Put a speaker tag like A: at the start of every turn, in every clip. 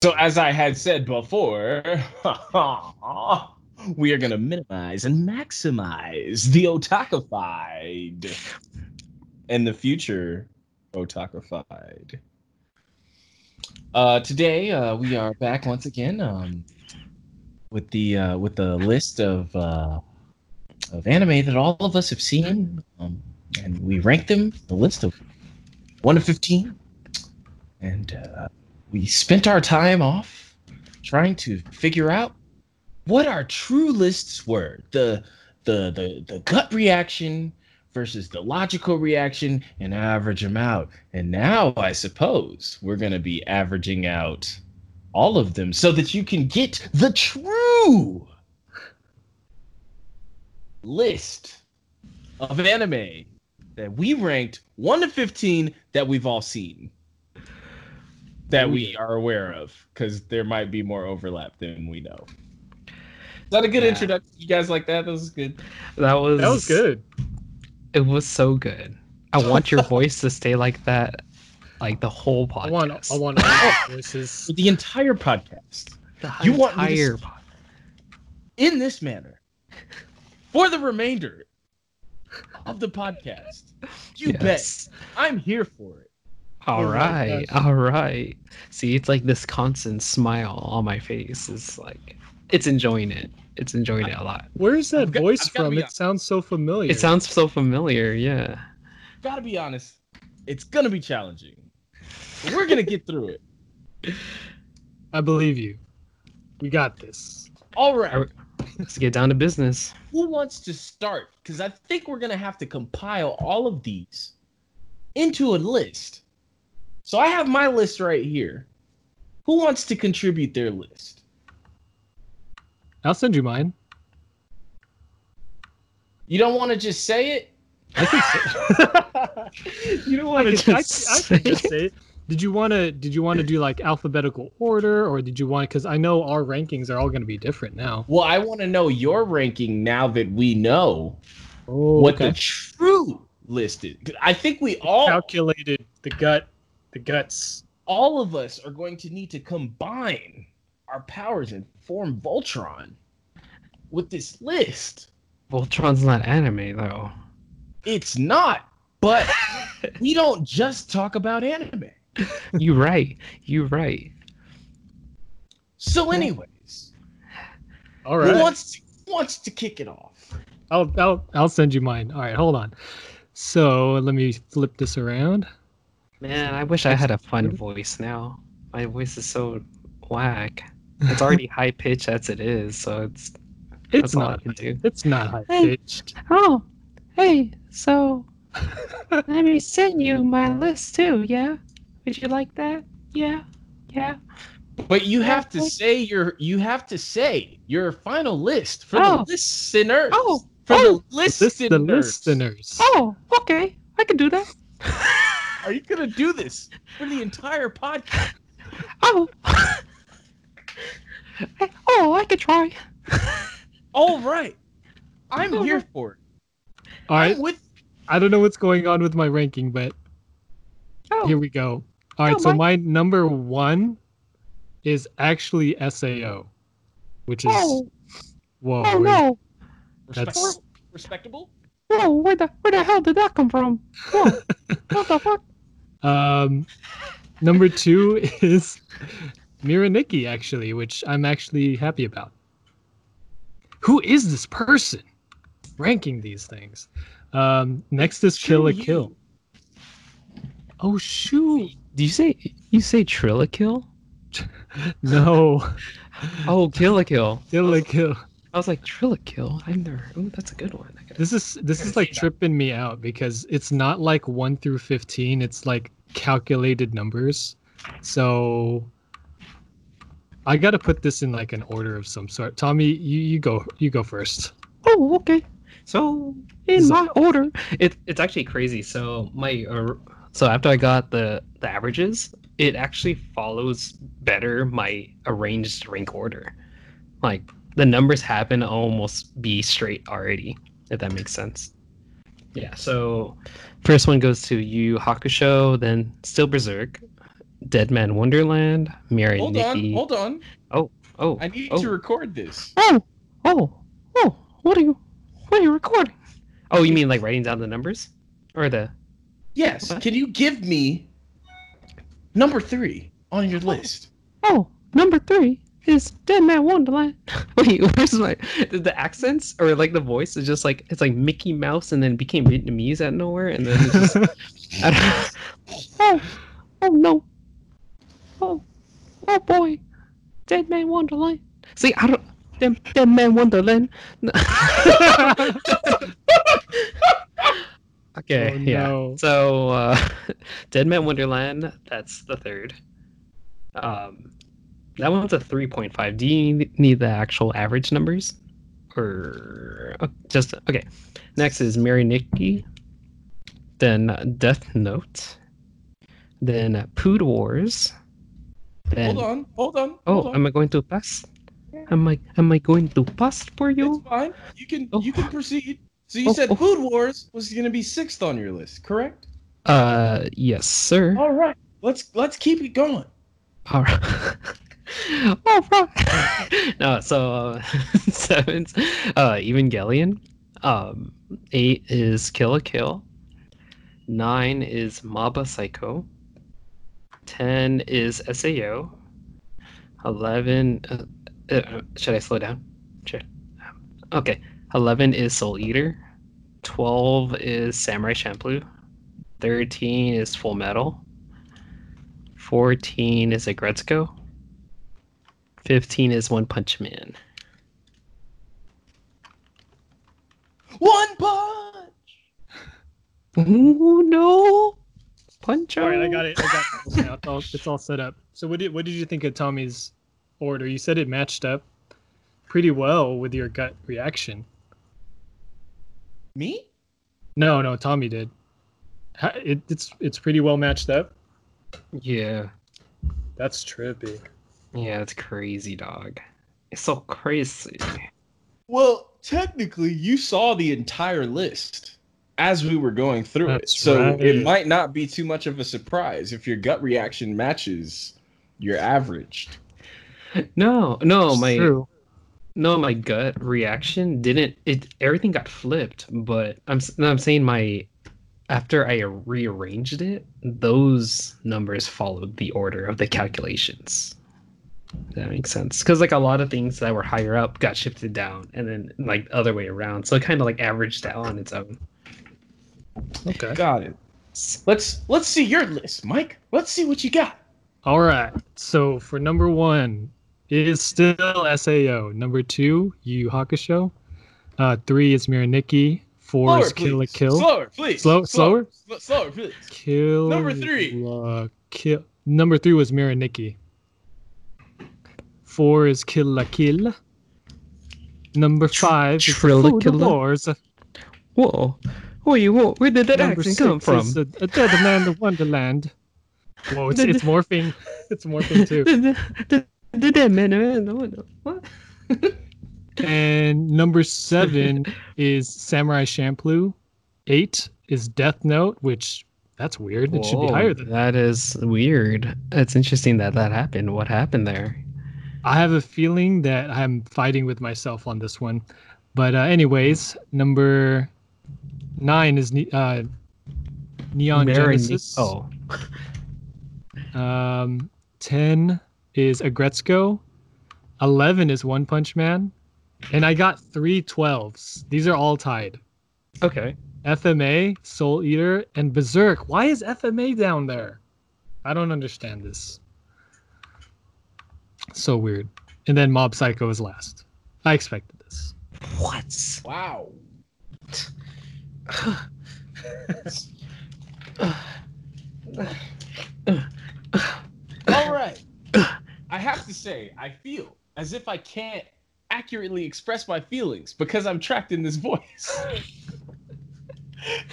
A: So, as I had said before, we are going to minimize and maximize the otakified and the future otakified. Uh, today, uh, we are back once again um, with the uh, with the list of uh, of anime that all of us have seen, um, and we rank them the list of one to fifteen, and uh, we spent our time off trying to figure out what our true lists were the the the, the gut reaction versus the logical reaction and average them out and now i suppose we're going to be averaging out all of them so that you can get the true list of anime that we ranked 1 to 15 that we've all seen that we are aware of because there might be more overlap than we know is that a good
B: Yeah.
A: introduction you guys like that that was good
B: That was
C: That was good.
B: It was so good. I want your voice to stay like that, like the whole podcast.
C: I want, I want all the voices.
A: For the entire podcast
B: the
A: you want me to
B: entire
A: s-
B: pod-
A: in this manner for the remainder of the podcast you
B: Yes.
A: bet i'm here for it
B: All
C: Oh my
B: right,
C: gosh.
B: all right. See, it's like this constant smile on my face. It's like it's enjoying it. It's enjoying it a lot.
C: Where's that
A: I've got-
C: voice
A: I've gotta
C: from?
A: be
C: It
A: honest.
C: sounds so familiar.
B: It sounds so familiar. Yeah.
A: gotta be honest it's gonna be challenging but we're gonna get through it
C: I believe you. We got this.
A: all right
B: Are- Let's get down to business.
A: who wants to start? Because I think we're gonna have to compile all of these into a list. So I have my list right here. Who wants to contribute their list?
C: I'll send you mine.
A: You don't want to just say it.
C: you know what?
B: I
C: I,
B: could
C: could- I,
B: just
C: could- I could just say. it. Did you want to? Did you want to do like alphabetical order, or did you want? Because I know our rankings are all going to be different now.
A: Well, I want to know your ranking now that we know
C: Oh,
A: what the true list is. 'Cause I think we all,
C: calculated the gut, the guts.
A: all of us, are going to need to combine our powers and form Voltron with this list.
B: Voltron's not anime though.
A: It's not, but we don't just talk about anime.
B: You right. You right.
A: So, anyways,
C: All
A: who
C: right.
A: wants to, who wants to kick it off?
C: I'll, I'll I'll send you mine. All right, hold on. So let me flip this around.
B: Man, I wish I had a fun voice now. My voice is so whack. It's already high pitched as it is, so it's
C: It's
B: that's all I
C: not.
B: can do.
C: It's not high
B: Hey.
C: pitched.
B: Oh, hey, so let me send you my list too, yeah? Would you like that? Yeah, yeah.
A: But you have to say your you have to say your final list for
B: Oh.
A: the listeners.
B: Oh,
A: for
B: oh.
A: the
C: This
A: listeners.
C: the listeners.
B: Oh, okay, I can do that.
A: Are you gonna do this for the entire podcast?
B: Oh, Hey, oh, I could try.
A: All right, I'm
B: Oh.
A: here for it.
C: All right.
A: I'm with
C: I don't know what's going on with my ranking, but
B: Oh,
C: here we go. All right,
B: Oh,
C: so
B: my-
C: my number one is actually Sao, which is
B: oh,
C: whoa.
B: oh
C: wait,
B: no,
C: That's-
A: respectable. respectable.
B: whoa, where the where the hell did that come from? Whoa, what the fuck?
C: Um, number two is Miraniki, actually, which I'm actually happy about. Who is this person ranking these things? Um, next is Kill a
A: True you.
C: Kill. Oh shoot!
B: Do you say you say Trillakill?
C: No,
B: Oh, Kill a Kill.
C: Kill a Kill.
B: I was like Trillakill. I've never. Oh, that's a good one. I gotta-
C: This is this is like tripping me out because it's not like one through fifteen. It's like calculated numbers. So I got to put this in like an order of some sort. Tommy, you you go you go first.
B: Oh, okay. So in
C: So-
B: my order, it, it's actually crazy. So my uh, so after I got the the averages, it actually follows better my arranged rank order. Like the numbers happen to almost be straight already, if that makes sense. Yeah. So first one goes to Yu Hakusho, then still Berserk, Dead Man Wonderland, Mary
A: Hold on,
B: Nikki.
A: hold on.
B: oh,
A: I need
B: Oh.
A: to record this.
B: oh, oh, oh! What are you? What are you recording? Oh, you mean like writing down the numbers, or the?
A: Yes,
B: What?
A: can you give me number three on your list?
B: Oh, number three is Dead Man Wonderland. Wait, where's my the, the accents or like the voice is just like it's like Mickey Mouse and then became Vietnamese out of nowhere and then it's just I don't- oh, oh no, oh, oh boy, Dead Man Wonderland. See, I don't. Dead, Dead Man Wonderland. No. okay,
C: Oh,
B: yeah.
C: no.
B: So, uh, Dead Man Wonderland. That's the third. Um, that one's a three point five. Do you need- need the actual average numbers, or oh, just okay? Next is Mary Nikki, then uh, Death Note, then uh, Pood Wars. Then,
A: Hold on, hold on.
B: Oh,
A: hold on.
B: am I going to pass? Am I am I going to pass for you?
A: It's fine. You can
B: Oh.
A: you can proceed. So you
B: Oh,
A: said
B: oh.
A: Food Wars was going to be sixth on your list, correct?
B: Uh, yes, sir.
A: All right. Let's let's keep it going.
B: All right. All right. Oh, no, so uh, seven's uh, Evangelion. Um, eight is Kill a Kill. Nine is Maba Psycho. Ten is Sao. Eleven. Uh, uh, should I slow down? Sure. Okay. Eleven is Soul Eater. Twelve is Samurai Champloo. Thirteen is Full Metal. 14 is Agretzko. 15 is One Punch Man.
A: One punch.
B: Ooh, no! Punch
C: all right, I got it. I got it. Now it's, all, it's all set up. So what did what did you think of Tommy's order? You said it matched up pretty well with your gut reaction.
A: Me?
C: No, no, Tommy did. Ha- It, it's it's pretty well matched up.
B: Yeah.
C: That's trippy.
B: Yeah, that's crazy, dog. It's so crazy.
A: Well, technically, you saw the entire list as we were going through
C: That's
A: it, so
C: right.
A: it might not be too much of a surprise if your gut reaction matches your average.
B: No, no, my
C: True.
B: no, my gut reaction didn't. It everything got flipped, but I'm s- no, I'm saying my after I rearranged it, those numbers followed the order of the calculations. If That makes sense because like a lot of things that were higher up got shifted down, and then like the other way around, so it kind of like averaged out on its own.
C: Okay.
A: Got it. Let's let's see your list, Mike. Let's see what you got.
C: All right. So for number one is still Sao. Number two, Yu Yu Hakusho. Uh, three is Miraniki. Four is Kill a
A: please.
C: Kill.
A: Slower, please.
C: Slow- slower?
A: Slower, sl- slower please.
C: Kill.
A: Number three.
C: La kill. Number three was Miraniki. Four is Kill La Kill. Number
B: Tr-
C: five is
B: Trilla
C: Food
B: Killa?
C: Wars.
B: Whoa, whoa, you whoa, where did that
C: Number
B: accent
C: six
B: come from?
C: is a, a Dead Man of Wonderland. Whoa, it's, it's morphing. It's morphing too.
B: Did that man? man, What?
C: And number seven is Samurai Champloo. Eight is Death Note, which that's weird. It should be
B: Whoa,
C: higher than that.
B: that is weird. It's interesting that that happened. What happened there?
C: I have a feeling that I'm fighting with myself on this one. But uh, anyways, number nine is ne- uh, Neon
B: Marin-
C: Genesis.
B: Oh,
C: Um, ten is Agretzko. Eleven is One Punch Man. And I got three 12s. These are all tied.
B: okay.
C: FMA, Soul Eater, and Berserk. Why is FMA down there? I don't understand this. So weird. And then Mob Psycho is last. I expected this.
B: What?
A: Wow. All right. I have to say, I feel as if I can't accurately express my feelings because I'm trapped in this voice.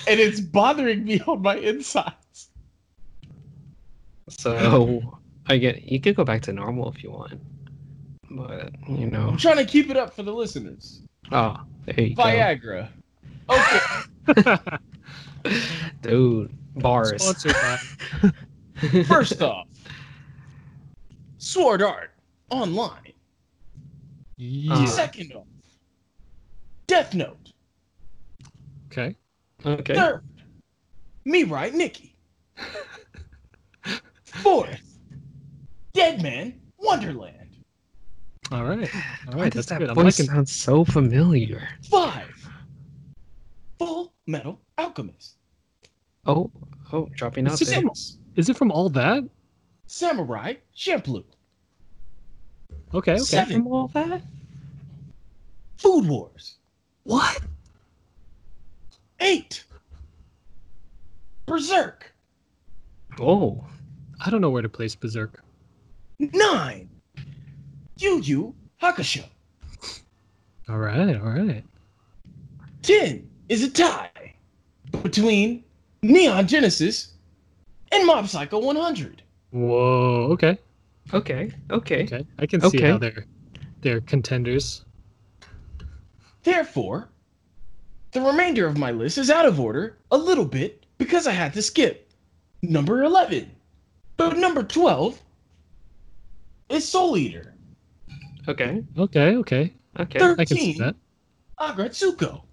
A: and it's bothering me on my insides.
B: so Oh. I get you could go back to normal if you want, but you know.
A: I'm trying to keep it up for the listeners.
B: Oh, there you
A: Viagra. Okay.
B: go, dude. Bars.
C: Sponsored by
A: First off, Sword Art Online.
C: Yeah.
B: Uh,
A: Second off, Death Note.
C: okay.
B: Okay.
A: Third, Me Right Nikki. Fourth, Dead Man Wonderland.
C: All right. All
B: Why
C: right.
B: does
C: That's
B: that
C: good. I'm
B: voice
C: liking.
B: sound so familiar?
A: Five, Full Metal Alchemist.
B: Oh, oh, dropping out
C: Is it,
B: there.
C: from, is it from all that?
A: Samurai Champloo.
C: Okay. Okay.
A: Seven.
B: From all that?
A: Food Wars.
C: What?
A: Eight, Berserk.
B: Oh,
C: I don't know where to place Berserk.
A: Nine, Yu Yu Hakusho.
C: All right. All right.
A: 10 is a tie between Neon Genesis and Mob Psycho 100.
C: Whoa. Okay.
B: okay, okay.
C: Okay. I can see
B: Okay.
C: how they're they're contenders.
A: Therefore, the remainder of my list is out of order a little bit because I had to skip number 11. But number 12 is Soul Eater,
B: Okay,
C: Okay. Okay.
B: okay,
A: Thir-
C: I can see
A: 13.
C: that.
A: Agratsuko,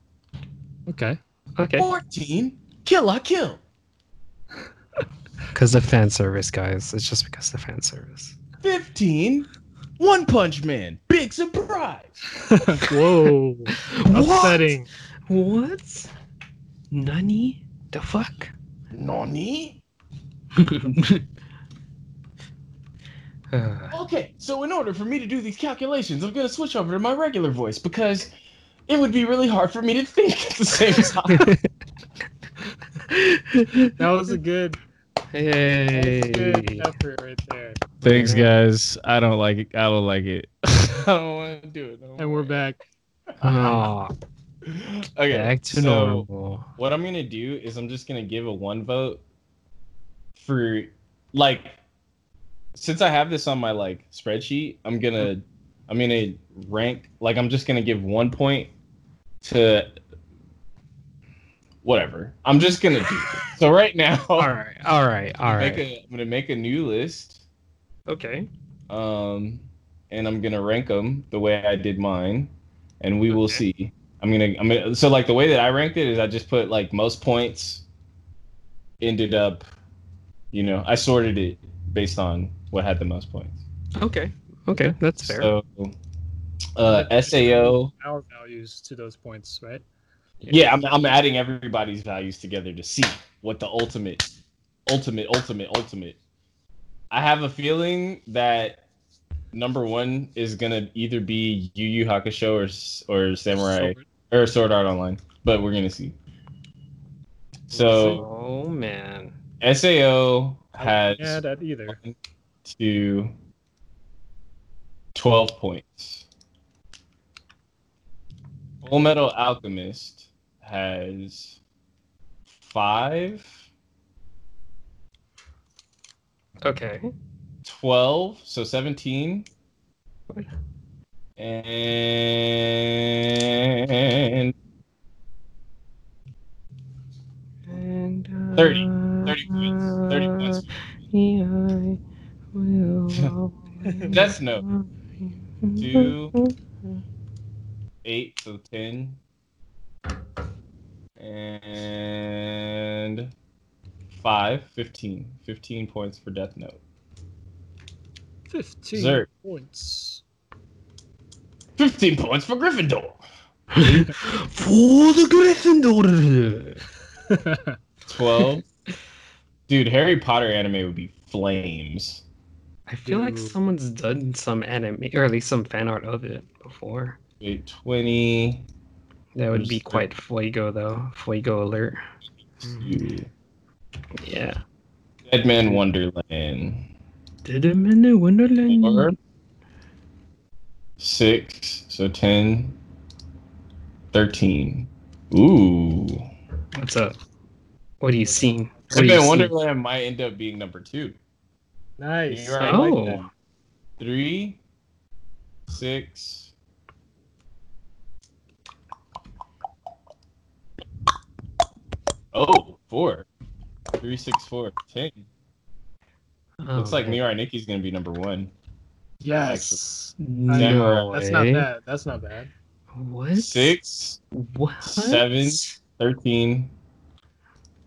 C: Okay.
B: okay.
A: 14, Kill I Kill,
B: Because the fan service, guys. It's just because the fan service.
A: 15, One Punch Man, Big Surprise,
C: Whoa. Upsetting.
B: What? What? Nani? The fuck?
A: Nani?
B: Uh,
A: Okay, so in order for me to do these calculations, I'm gonna switch over to my regular voice because it would be really hard for me to think at the same time.
C: That was a good,
B: hey.
C: good effort right there.
D: Thanks, guys. I don't like it. I don't like it. I don't want to do it. no
C: And
D: more.
C: we're back.
B: Oh,
A: okay,
B: back to
D: so-
B: normal.
A: what I'm gonna do is I'm just gonna give a one vote for like since I have this on my like spreadsheet, I'm gonna I'm gonna rank like I'm just gonna give one point to whatever. I'm just gonna do it. So right now
B: All right, all right, all
A: make
B: right.
A: a, I'm gonna make a new list.
B: Okay.
A: um, and I'm gonna rank them the way I did mine, and we will
B: Okay.
A: see. I'm gonna, I'm gonna. So like the way that I ranked it is, I just put like most points. Ended up, you know, I sorted it based on what had the most points.
B: Okay. Okay, that's fair.
A: So, uh, Sao.
C: Our values to those points, right?
A: Yeah, I'm, I'm adding everybody's values together to see what the ultimate, ultimate, ultimate, ultimate. I have a feeling that number one is gonna either be Yu Yu Hakusho or s- or Samurai
C: So-
A: or Sword Art Online, but we're gonna see. So
B: oh man.
A: Sao has
C: yeah, that either.
A: to twelve points. Full Metal Alchemist has five.
B: Okay.
A: 12, so 17.
B: Okay.
A: And
B: And, uh,
A: 30. 30 points. 30 points.
B: Yeah, I will.
A: Death Note. 2, 8, so 10. And 5, 15. 15 points for Death Note.
C: 15
A: Berserk.
C: points.
A: 15 points for Gryffindor.
B: For the Gryffindor.
A: 12. Dude, Harry Potter anime would be flames.
B: I feel like
C: Dude.
B: someone's done some anime, or at least some fan art of it before.
A: Wait, 20.
B: That would be
A: Understood.
B: quite fuego, though. Fuego alert. Hmm. Yeah.
A: Dead Man Wonderland.
B: Did him in the Wonderland.
A: Or six, so 10, 13. Ooh.
B: What's up? What are you seeing?
A: Dead
B: What are you
A: Man
B: seeing?
A: Wonderland might end up being number two.
C: Nice.
A: You're right. I like
B: Oh,
A: that. Three, six. Oh, four. Three, six, four, ten.
B: Oh,
A: Looks like
B: man. Oh.
A: Mirai Nikki's gonna be number one.
C: Yes.
A: Samurai.
C: That's not
B: way.
C: bad. That's not bad.
B: What?
A: Six,
B: What?
A: seven. 13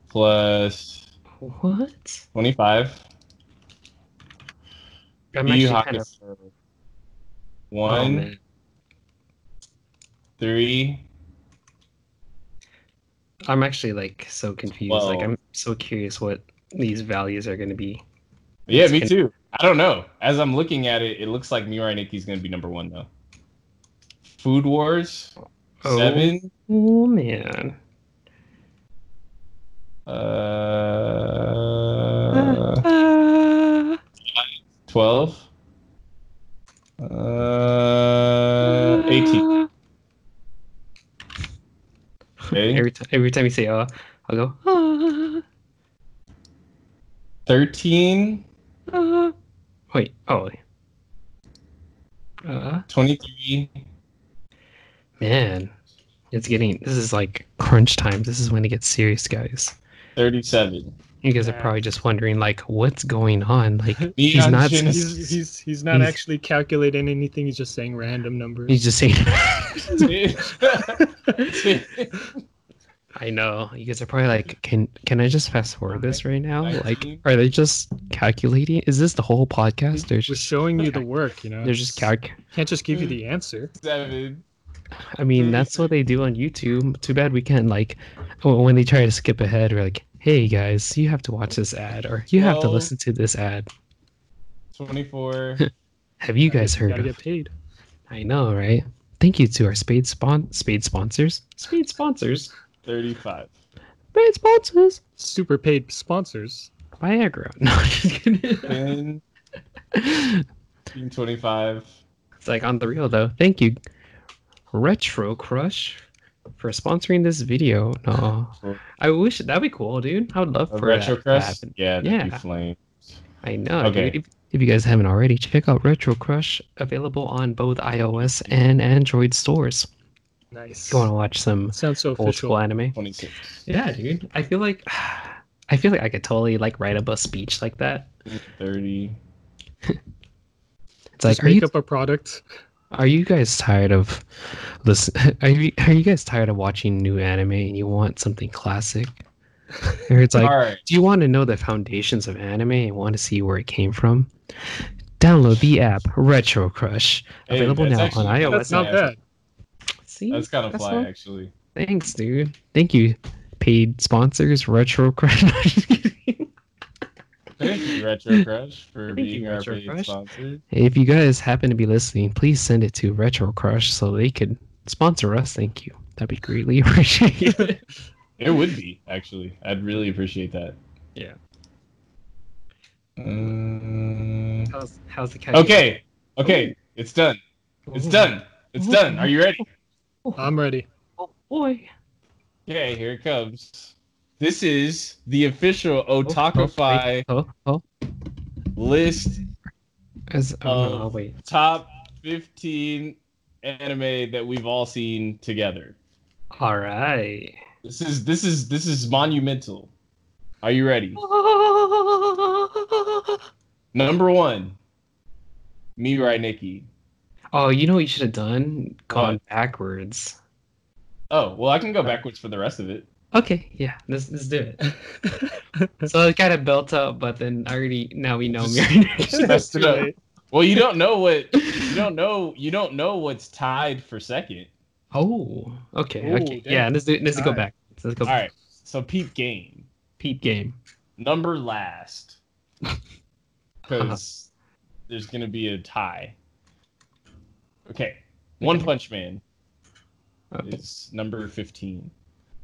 A: plus
B: What?
A: 25.
B: I'm
A: Yu Yu
B: actually kind of.
A: Hakusho.
B: Oh,
A: One,
B: man.
A: three.
B: I'm actually like so confused. Like
A: Twelve.
B: I'm so curious what these values are going to be.
A: Yeah, me
B: Ten.
A: too. I don't know. As I'm looking at it, it looks like Mirai Nikki's going to be number one, though. Food Wars,
B: Oh.
A: seven.
B: Oh man.
A: Uh,
B: Uh,
A: 12. Uh, 18.
B: uh.
A: Okay.
B: Every time, every time you say "uh," I'll go "ah."
A: 13,
B: Uh, wait, oh. Uh,
A: 23,
B: man. It's getting, this is like crunch time. This is when it gets serious, guys.
A: 37.
B: You guys are
C: Yeah.
B: probably just wondering, like, what's going on? Like,
A: Neon
B: not-
A: Genesis-
C: He's he's he's not
B: He's-
C: actually calculating anything. He's just saying random numbers.
B: he's just saying,
A: Dude.
B: I know. You guys are probably like, can can I just fast forward this right now? Like,
A: Nineteen.
B: are they just calculating? Is this the whole podcast? They're
C: We're
B: just,
C: showing you the work. You know.
B: they're just calc.
C: Can't just give you the answer.
A: seven.
B: I mean, that's what they do on YouTube. Too bad we can't like w- when they try to skip ahead. We're like, hey guys, you have to watch this ad or you have to
A: Well-
B: listen to this ad.
A: 24.
B: Have you guys
C: Gotta
B: heard of?
C: get paid.
B: I know, right? Thank you to our Spade spon Spade sponsors. Spade sponsors.
A: 35.
B: Spade sponsors.
C: Super paid sponsors.
B: Viagra. No, I'm just kidding.
A: 10, 25.
B: It's like on the real though. Thank you, Retro Crush, for sponsoring this video. No, I wish that'd be cool, dude. I would love
A: A
B: for
A: retro
B: that to
A: crest?
B: happen.
A: Yeah, that'd be
B: Yeah.
A: flame.
B: I know.
A: Okay.
B: Dude. If, if you guys haven't already, check out Retro Crush, available on both iOS and Android stores.
C: Nice.
B: If you want to watch some
C: Sounds so
B: old
C: official.
B: school anime.
A: 26.
B: Yeah, dude. I feel like I feel like I could totally like write up a speech like that.
A: 30.
B: It's like,
C: just
B: are
C: make
B: you
C: up a product.
B: Are you guys tired of listen? Are you are you guys tired of watching new anime and you want something classic? Or it's like,
A: All right.
B: do you want to know the foundations of anime and want to see where it came from? Download the app Retro Crush,
A: Hey,
B: available
A: that's
B: now
A: actually-
B: on iOS.
C: That's not
A: Yeah.
C: bad.
B: See,
A: That's kind of
B: That's
A: fly,
B: all.
A: actually.
B: thanks, dude. Thank you, paid sponsors Retro Crush. No, I'm just kidding.
A: Thank you, Retro Crush, for
B: Thank you,
A: being our
B: Retro
A: paid
B: Crush.
A: sponsor.
B: if you guys happen to be listening, please send it to Retro Crush so they could sponsor us. Thank you. That'd be greatly appreciated.
A: It would be, actually. I'd really appreciate that.
B: Yeah.
A: Um,
B: How's, how's the cat?
A: okay. Okay. It's done. It's
B: Ooh.
A: done. It's done. Are you ready?
C: I'm ready.
B: Oh boy.
A: Okay, here it comes. This is the official
B: Oh,
A: Otakify
B: Otakify Oh, oh.
A: list
B: As, oh, no,
A: Um,
B: oh, wait.
A: top 15 anime that we've all seen together.
B: All right.
A: This is this is this is monumental. Are you ready?
B: Oh,
A: Number 1. Mirai Nikki.
B: Oh, you know what you should have done? Gone
A: What?
B: backwards.
A: Oh, well I can go backwards for the rest of it.
B: Okay, yeah, let's let's do it. so it kind of built up, but then already now we know
A: Just-
B: Mirror.
A: Messed
C: Too
A: it up.
C: late.
A: Well, you don't know what you don't know you don't know what's tied for second.
B: oh, okay,
A: Ooh,
B: okay,
A: damn.
B: yeah. Let's do let's go
A: Alright.
B: back. Let's go
A: All right. So peep game.
B: peep game.
A: number last because there's gonna be a tie. Okay, One Punch Man
B: Okay.
A: is number fifteen.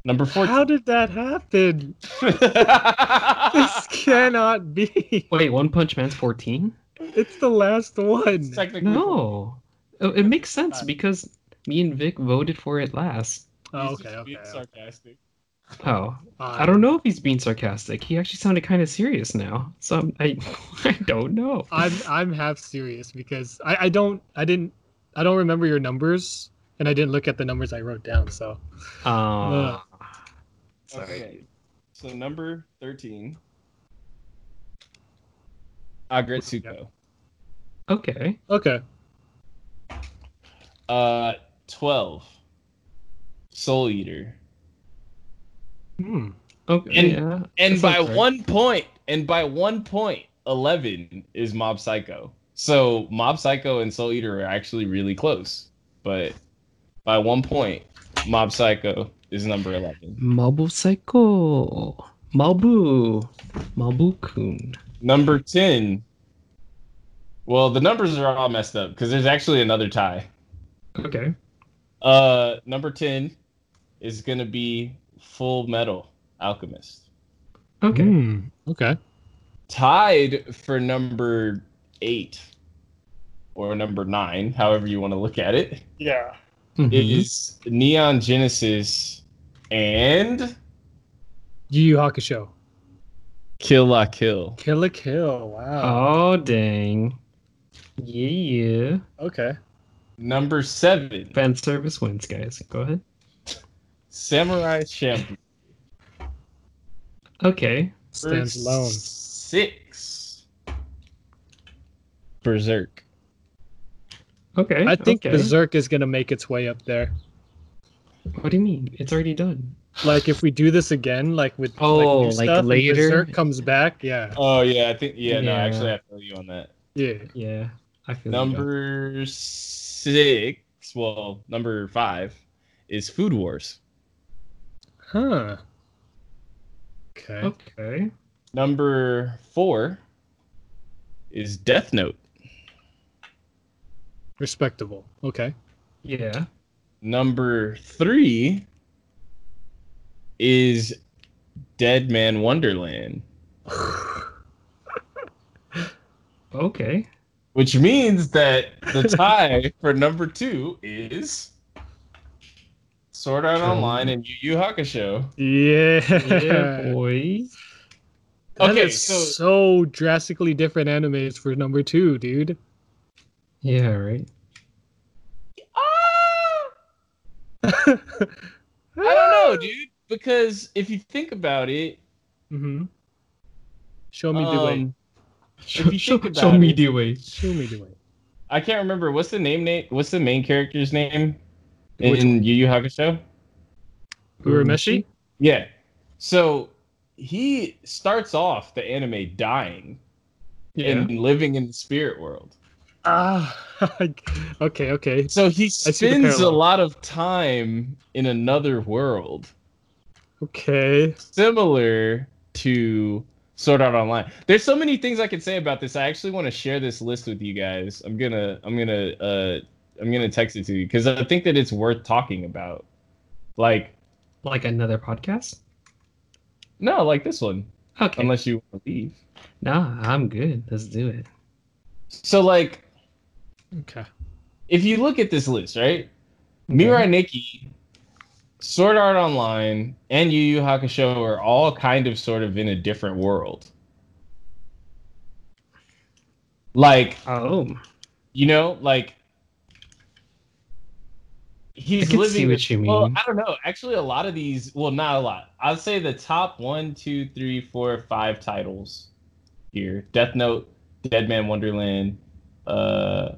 A: Number
C: How
A: fourteen.
C: did that happen? This
A: It's
C: cannot be.
B: Wait, One Punch Man's fourteen.
C: It's the last one.
A: Technically,
B: No, Oh, it makes sense
A: Fine.
B: because me and Vic voted for it last.
A: He's
C: Oh,
A: just
C: okay, okay.
A: being sarcastic.
B: Oh, I don't know if he's being sarcastic. He actually sounded kind of serious now. So I'm, I, I don't know.
C: I'm I'm half serious because I, I don't I didn't I don't remember your numbers and I didn't look at the numbers I wrote down. So
B: Uh, sorry.
A: Okay, so number thirteen. Agretsuko.
B: Okay.
C: Okay.
A: Uh, twelve. Soul Eater,
C: Hmm.
B: Okay.
A: And-
B: yeah.
A: and
B: That's
A: by
B: okay.
A: one point, and by one point, eleven is Mob Psycho. So Mob Psycho and Soul Eater are actually really close, but by one point, Mob Psycho is number eleven.
B: Mabu Psycho. Mabu. Mabu Kun.
A: Number 10. Well, the numbers are all messed up because there's actually another tie.
B: Okay.
A: Uh, number 10 is going to be Full Metal Alchemist.
B: Okay.
C: Hmm. Okay.
A: Tied for number 8 or number 9, however you want to look at it,
E: Yeah.
B: Mhm.
C: Mm-hmm.
A: is Neon Genesis and
C: Yu Yu Hakusho.
D: Kill La Kill.
C: Kill a kill. Wow.
B: Oh dang. Yeah, yeah.
C: Okay.
A: number 7,
B: Fan service wins, guys. Go ahead.
A: Samurai Champloo.
B: Okay.
C: Stands
A: Number
C: alone.
A: 6, Berserk.
B: Okay.
C: I think
B: okay.
C: Berserk is gonna make its way up there.
B: What do you mean? It's already done.
C: Like if we do this again, like with
B: Oh,
C: new
B: like
C: stuff, and
B: later?
C: Berserk comes back. Yeah.
A: Oh yeah, I think yeah, no,
B: Yeah.
A: actually I feel you on that.
C: Yeah.
B: Yeah. I feel you, guys.
A: Number six, well, number five is Food Wars.
C: Huh. Okay.
B: Oh. Okay.
A: Number four is Death Note.
C: Respectable. Okay.
B: Yeah.
A: Number three is Dead Man Wonderland.
B: Okay.
A: Which means that the tie for number two is Sword Art Online and Yu Yu Hakusho.
C: Yeah.
B: Yeah, boy.
C: That
A: Okay,
C: is
A: so-
C: so drastically different animes for number two, dude.
B: Yeah. Right.
A: I don't know, dude. Because if you think about it,
C: Mm-hmm. Show me the way.
A: um, if you
B: show,
A: think
B: show
A: about
B: me
A: it-
B: the way.
C: Show me the way.
A: I can't remember what's the name. Name what's the main character's name
C: Which
A: in Yu Yu Hakusho?
C: Urameshi?
A: Yeah. So he starts off the anime dying
B: Yeah.
A: and living in the spirit world.
C: Ah. okay. Okay.
A: So he
C: the
A: spends a
C: parallel.
A: lot of time in another world,
C: Okay.
A: similar to Sword Art Online. There's so many things I could say about this. I actually want to share this list with you guys. I'm gonna, I'm gonna, uh, I'm gonna text it to you because I think that it's worth talking about. Like,
B: Like another podcast?
A: no, like this one.
B: Okay.
A: unless you want to leave.
B: nah, I'm good. Let's do it.
A: So, like,
C: Okay.
A: if you look at this list, right? Mirai Nikki, Sword Art Online, and Yu Yu Hakusho are all kind of sort of in a different world. Like,
B: Oh.
A: you know, like he's
B: I can
A: living.
B: see what you
A: well,
B: mean.
A: I don't know. Actually, a lot of these. Well, not a lot. I'd say the top one, two, three, four, five titles here: Death Note, Dead Man Wonderland. Uh,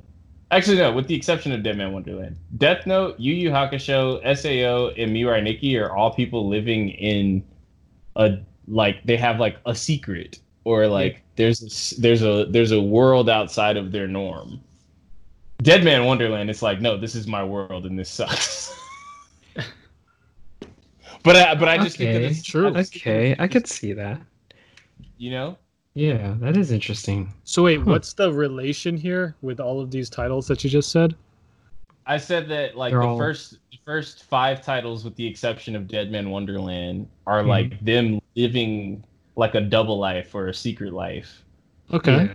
A: actually, no. With the exception of Dead Man Wonderland, Death Note, Yu Yu Hakusho, Sao, and Mirai Nikki are all people living in a like they have like a secret or like there's a, s- there's a there's a world outside of their norm. Dead Man Wonderland, it's like, no, this is my world and this sucks. but I, but I just think that
B: Okay.
A: it's
C: True.
A: I just think that
B: Okay.
A: it's
B: I could
A: just-
B: see that.
A: you know.
B: Yeah, that is interesting.
C: So wait,
B: Huh.
C: what's the relation here with all of these titles that you just said?
A: I said that like
B: They're
A: the
B: all-
A: first the first five titles, with the exception of Dead Man Wonderland, are
B: Mm-hmm.
A: like them living like a double life or a secret life.
C: Okay.
B: Yeah.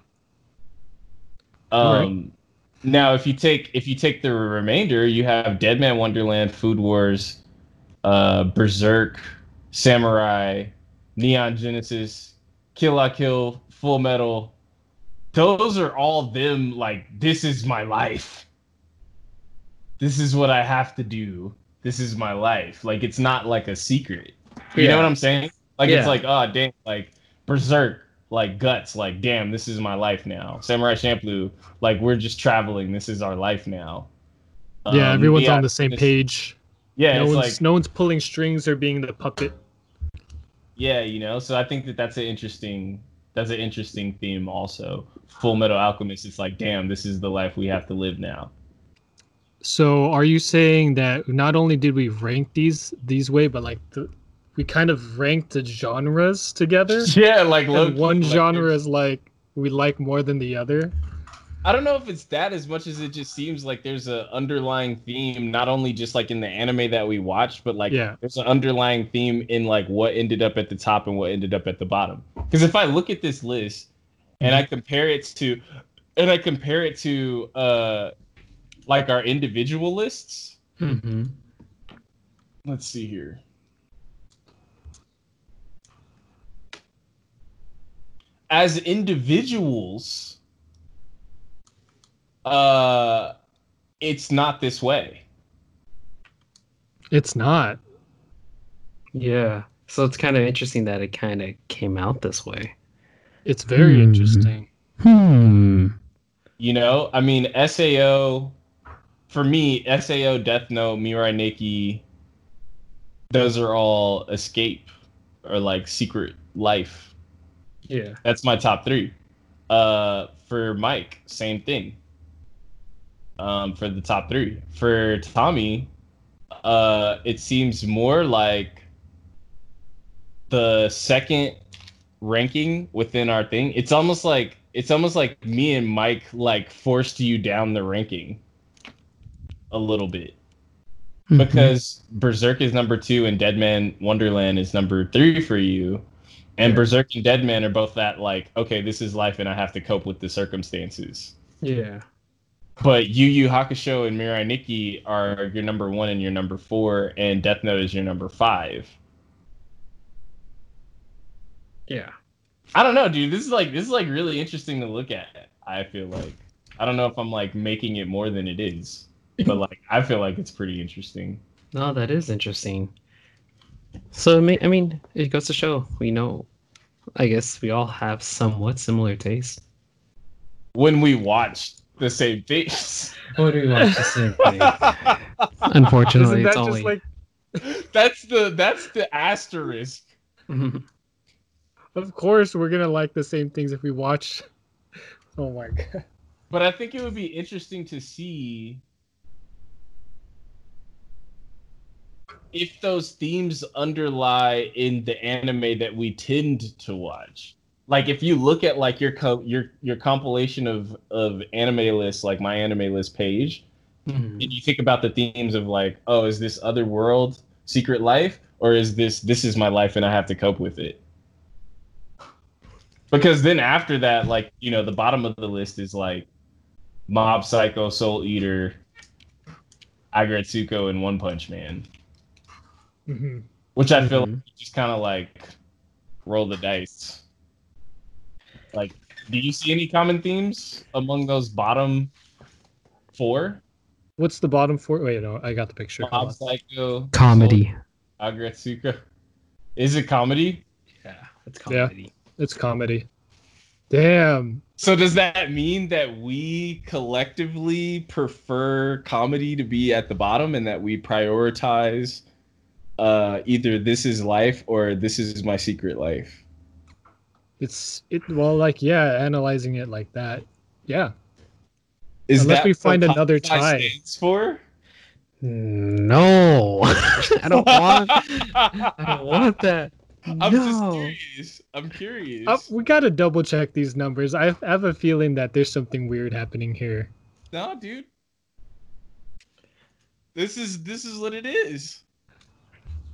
A: Um,
C: Alright.
A: Now, if you take if you take the remainder, you have Dead Man Wonderland, Food Wars, uh, Berserk, Samurai, Neon Genesis, Kill La Kill, Full Metal. Those are all them. Like this is my life. This is what I have to do. This is my life. Like it's not like a secret. You know what I'm saying? Like it's
B: Yeah.
A: like, oh damn, like Berserk, like guts like damn this is my life now samurai champloo like we're just traveling this is our life now
C: yeah,
A: Um,
C: everyone's on the
A: it's-
C: same page.
A: yeah
C: no
A: it's
C: one's
A: like
C: no one's pulling strings or being the puppet.
A: yeah you know so i think that that's an interesting that's an interesting theme also full metal alchemist it's like damn this is the life we have to live now
C: So are you saying that not only did we rank these these way, but like the, we kind of ranked the genres together?
A: yeah like
C: and one genre is like we like more than the other.
A: I don't know if it's that as much as it just seems like there's an underlying theme, not only just like in the anime that we watched, but like
C: Yeah.
A: there's an underlying theme in like what ended up at the top and what ended up at the bottom. Because if I look at this list and I compare it to, and I compare it to uh, like our individual lists,
B: Mm-hmm.
A: let's see here. As individuals, uh, it's not this way.
C: It's not.
B: Yeah. So it's kind of interesting that it kind of came out this way.
C: It's very
F: Hmm.
C: interesting.
F: Hmm.
A: You know, I mean, Sao for me, Sao, Death Note, Mirai Nikki, those are all escape or like secret life.
B: Yeah.
A: That's my top three. Uh, for Mike, same thing. Um, for the top three. For Tommy, uh, it seems more like the second ranking within our thing. It's almost like it's almost like me and Mike like forced you down the ranking a little bit
B: Mm-hmm.
A: because Berserk is number two and Deadman Wonderland is number three for you. And Berserk and Deadman are both that like, okay, this is life and I have to cope with the circumstances.
B: Yeah.
A: But Yu Yu Hakusho and Mirai Nikki are your number one and your number four, and Death Note is your number five.
B: Yeah.
A: I don't know, dude. This is like this is like really interesting to look at. I feel like I don't know if I'm like making it more than it is, but like I feel like it's pretty interesting.
B: No, that is interesting. So I mean, I mean, it goes to show we know. I guess we all have somewhat similar tastes.
A: When we watched the same things.
B: What do we watch the same thing? Unfortunately,
C: Isn't
B: it's
C: that just
B: only.
C: like
A: that's the that's the asterisk.
B: Mhm.
C: of course we're gonna like the same things if we watch Oh my god.
A: But I think it would be interesting to see if those themes underlie in the anime that we tend to watch. Like if you look at like your co- your your compilation of of anime lists, like my anime list page,
B: Mhm.
A: and you think about the themes of like, oh, is this other world secret life, or is this this is my life and I have to cope with it? Because then after that, like you know, the bottom of the list is like Mob Psycho, Soul Eater, Agretsuko, and One Punch Man,
C: Mhm.
A: which I
B: Mm-hmm.
A: feel like you just kind of like roll the dice. Like, do you see any common themes among those bottom four?
C: What's the bottom four? Wait, no, I got the picture. Hold
A: Mob
C: on.
A: Psycho, Soul
B: Comedy.
A: Agretsuko. Is it comedy?
B: Yeah, it's
C: Yeah.
B: comedy.
C: It's comedy. Damn.
A: So does that mean that we collectively prefer comedy to be at the bottom and that we prioritize uh, either this is life or this is my secret life?
C: It's it well like yeah, analyzing it like that. Yeah.
A: Is
C: Unless
A: that
C: we
A: what
C: find
A: Popeye
C: another tie.
A: stands for?
B: No, I don't want. I don't want that.
A: I'm
B: no.
A: just curious. I'm curious.
C: Uh, we gotta double check these numbers. I have- I have a feeling that there's something weird happening here.
A: No, dude. This is this is what it is.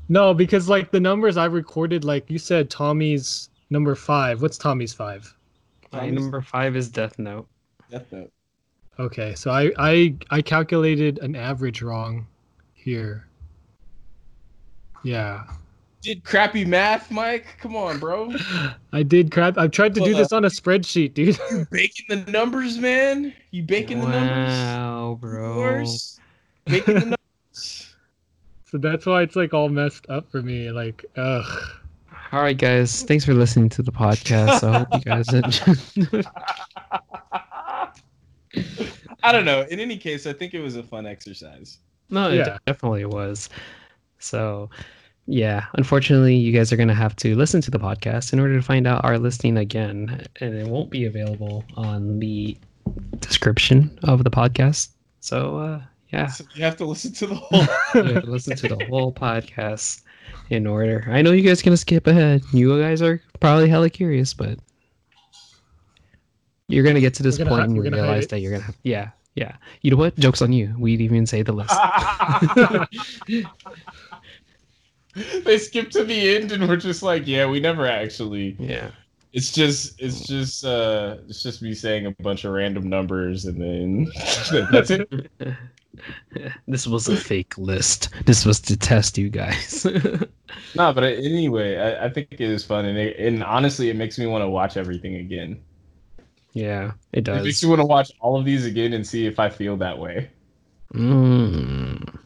C: No, because like the numbers I recorded, like you said, Tommy's number five. What's Tommy's five?
B: My number five is Death Note.
A: Death Note.
C: Okay, so I I I calculated an average wrong here. Yeah,
A: Did crappy math, Mike? Come on, bro.
C: I did crap. I've tried to do
A: Well,
C: this on a spreadsheet, dude.
A: You baking the numbers, man. You baking the numbers.
B: Wow, bro.
A: Worse. Baking the numbers.
C: so that's why it's like all messed up for me. Like, ugh.
B: All right, guys. Thanks for listening to the podcast. I hope you guys enjoyed.
G: I don't know. In any case, I think it was a fun exercise.
B: no, it
C: Yeah.
B: definitely was. So, yeah. Unfortunately, you guys are going to have to listen to the podcast in order to find out our listing again, and it won't be available on the description of the podcast. So, uh, yeah.
G: So you have to listen to the whole.
B: You have to listen to the whole podcast in order. I know you guys gonna skip ahead. You guys are probably hella curious, but you're gonna get to this
C: We're gonna
B: point
C: hi-
B: and
C: we're gonna hide
B: realize
C: it.
B: that you're gonna have yeah yeah. You know what? Jokes on you. We'd even say the list.
C: Ah.
A: they skip to the end and we're just like, yeah, we never actually.
B: yeah.
A: It's just, it's just, uh, it's just me saying a bunch of random numbers and then that's it.
B: This was a fake list. This was to test you guys.
A: No, but anyway, I, I think it is fun and it, and honestly, it makes me want to watch everything again.
B: yeah, it
A: It makes
B: does.
A: me want to watch all of these again and see if I feel that way.
B: Mm.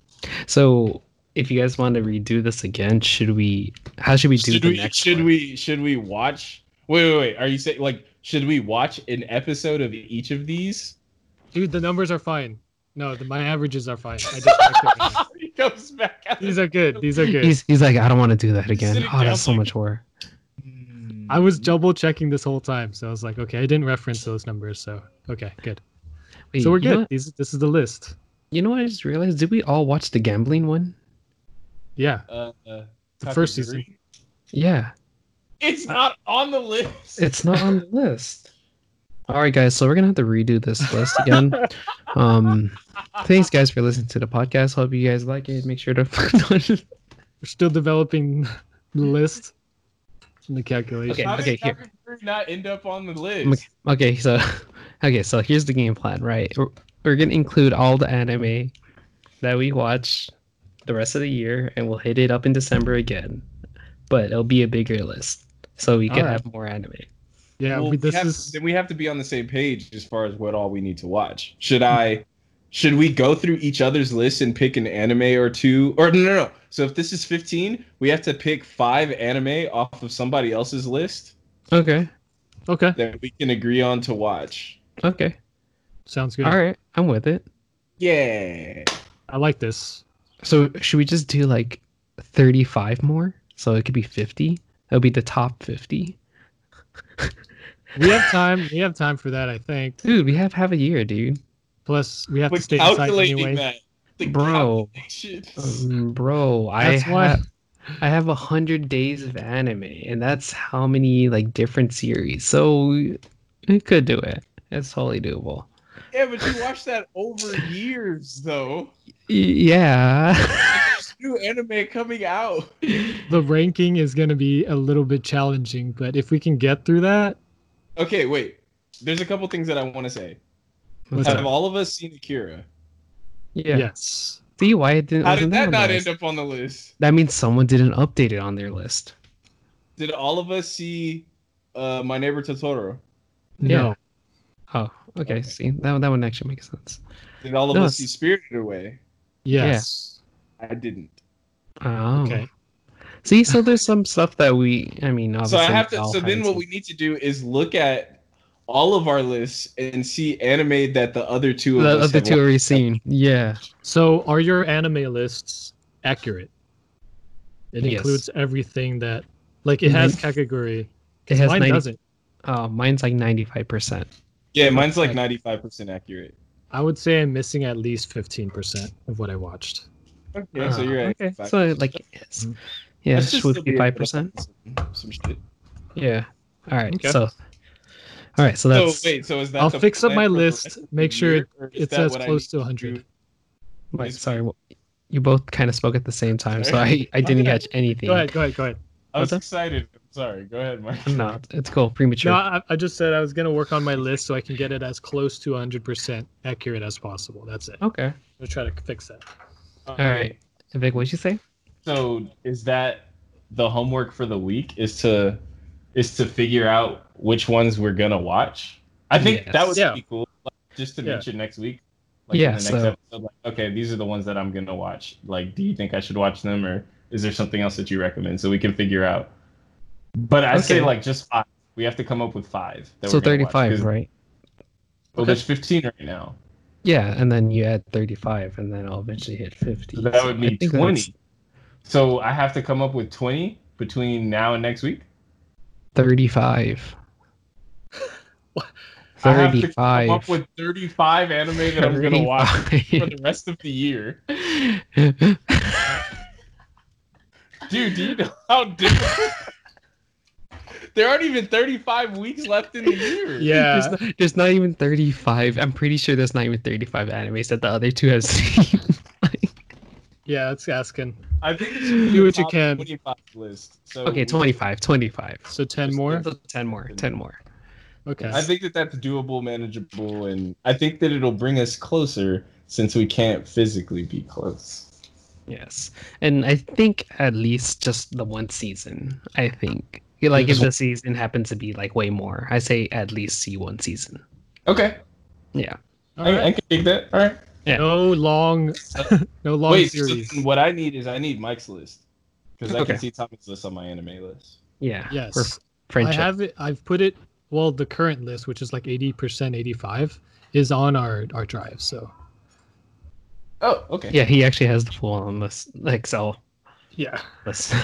B: So, if you guys want to redo this again, should we? How should we do
A: should
B: the
A: we
B: next?
A: should
B: one?
A: we should we watch wait wait wait are you saying like should we watch an episode of each of these
C: Dude, the numbers are fine. No, the, my averages are fine. I just checked everything.
A: he comes back out.
C: These are good. These are good.
B: He's, he's like, I don't want to do that again.
A: sitting
B: Oh,
A: down
B: that's so
A: like-
B: much work.
C: I was double checking this whole time, so I was like, okay, I didn't reference those numbers, so okay, good.
B: Wait,
C: so we're
B: you know
C: good.
B: what-
C: These, this is the list.
B: you know what I just realized? Did we all watch the gambling one?
C: Yeah,
A: uh, uh,
C: the first
A: Kakaguri.
C: season.
B: Yeah,
A: it's not on the list
B: it's not on the list. All right, guys. So we're gonna have to redo this list again. um, thanks, guys, for listening to the podcast. Hope you guys like it. Make sure to.
C: We're still developing the list and the calculation.
B: Okay,
A: How did
B: okay, here.
A: Kakaguri not end up on the list
B: Okay, okay, so okay, so here's the game plan, right? We're, we're gonna include all the anime that we watch the rest of the year, and we'll hit it up in December again, but it'll be a bigger list, so we can
C: Alright.
B: have more anime.
C: Yeah,
A: Well,
C: we,
A: we
C: this
A: have-
C: is
A: then we have to be on the same page as far as what all we need to watch should
C: Hmm.
A: i should we go through each other's list and pick an anime or two or no no no so if this is 15 we have to pick five anime off of somebody else's list
B: Okay,
C: okay.
A: that we can agree on to watch.
B: okay,
C: Sounds good.
B: all right, I'm with it.
A: Yeah.
C: I like this.
B: So should we just do like 35 more? So it could be 50. That'll be the top 50.
C: We have time. we have time for that, I think.
B: Dude, we have half a year, dude.
C: Plus, we have
A: We're
C: to stay inside
A: calculating
C: anyway. Uh,
A: that. The
B: Bro.
A: calculations.
B: Um, bro, I
C: That's why-
B: have I have a hundred days of anime, and that's how many like different series. So we could do it. It's totally doable.
A: Yeah, but you watch that over years though.
B: Y- yeah.
A: There's new anime coming out.
C: The ranking is going to be a little bit challenging, but if we can get through that,
A: Okay, wait. There's a couple things that I want to say.
B: What's
A: Have
B: up?
A: all of us seen Akira?
B: yeah.
C: yes.
B: See why it didn't.
A: How
B: wasn't
A: did
B: there
A: that
B: on the
A: not
B: list?
A: end up on the list?
B: That means someone didn't update it on their list.
A: Did all of us see uh, My Neighbor Totoro?
C: No.
B: Oh, okay.
A: Okay.
B: See that one- that one actually makes sense.
A: Did all of
B: No,
A: us see
B: it's-
A: Spirited Away?
C: Yes.
A: I didn't.
B: Oh.
C: Okay.
B: See, so there's some stuff that we. I mean,
A: so
B: obviously.
A: I have
B: we
A: to.
B: all
A: So then,
B: haven't
A: what
B: seen.
A: we need to do is look at all of our lists and see anime that the other two of
B: the
A: us
B: other
A: have
B: two already seen. Yeah.
C: So, are your anime lists accurate? It
B: Yes.
C: includes everything that, like, it has Kakaguri.
B: It has
C: Mine
B: 90,
C: doesn't.
B: Uh, mine's like 95%.
A: Yeah, mine's like ninety-five percent accurate.
C: I would say I'm missing at least 15% of what I watched.
A: Okay, so you're
B: Uh,
A: at
B: okay.
A: 55%.
B: So like, yes.
A: Mm-hmm.
B: yeah,
A: Let's
B: it
A: just
B: would
A: look
B: be
A: at
B: five percent.
A: Some, some shit.
B: Yeah. All right.
C: Okay.
B: So. All right. So
A: So
B: that's
A: wait, so is that?
C: I'll
A: the
C: fix up
A: plan
C: my
A: for the
C: list,
A: rest of the
C: make sure
A: year, or is
C: It's
A: that
C: as
A: what I
C: close
A: need
C: to
A: do?
C: 100.
B: like,
A: is-
B: sorry. wh- You both kind of spoke at the same time, so I,
A: Sorry.
B: I didn't
C: Okay.
B: catch anything.
C: Go ahead, go ahead, go ahead.
A: I was
B: What's up?
A: excited. I'm sorry. Go ahead, Mike.
B: No, it's cool. Premature.
C: No, I, I just said I was going to work on my list so I can get it as close to 100% accurate as possible. That's it.
B: okay.
C: I'll try to fix that.
A: All
B: All right. Vic, what'd you say?
A: So is that the homework for the week? Is to is to figure out which ones we're gonna watch. I think
B: Yes.
A: that would
C: Yeah.
A: be cool. Like, just to
C: Yeah.
A: mention next week. Like In
B: Yeah,
A: the next
B: so-
A: episode, like, okay, these are the ones that I'm gonna watch. Like, do you think I should watch them, or is there something else that you recommend so we can figure out But I say
B: Okay.
A: like just five. We have to come up with five. that
B: so
A: we're gonna watch,
B: 35,
A: 'cause-
B: right?
A: Well, there's 15 right now.
B: Yeah, and then you add 35, and then I'll eventually hit 50.
A: So that
B: So
A: would
B: I
A: be
B: think
A: 20.
B: that's
A: So I have to come up with 20 between now and next week.
B: 35.
C: What?
A: I have to come
B: 35.
A: up with 35 anime that I'm going to watch for
B: 35.
A: the rest of the year. Dude, do you know how difficult? there aren't even 35 weeks left in the year.
C: Yeah.
B: There's not, there's not even 35. I'm pretty sure there's not even 35 animes that the other two have seen.
C: Yeah, it's asking.
A: I think it should be
C: Do
A: a
C: what you
A: top
C: can.
A: 25 list. So
B: okay,
A: we-
B: 25, 25.
C: So ten
A: Just
C: more.
B: So 10 more, 10 more.
C: Okay.
A: I think that that's doable, manageable, and I think that it'll bring us closer since we can't physically be close.
B: Yes. And I think at least just the one season. I think. Like if
A: Just-
B: the season happens to be like way more, I say at least see one season.
A: Okay,
B: Yeah.
C: All
A: I, I
C: right.
A: can take that. All right.
C: No long, no long
A: Wait, so
C: series.
A: then what I need is I need Mike's list because I
B: Okay.
A: can see Tommy's list on my anime list.
B: Yeah.
C: Yes.
B: For f-
C: I
B: friendship.
C: have it. I've put it. Well, the current list, which is like eighty percent, eighty-five, is on our our drive. So
A: Oh, okay.
B: Yeah, he actually has the full on list the Excel
C: yeah.
B: list.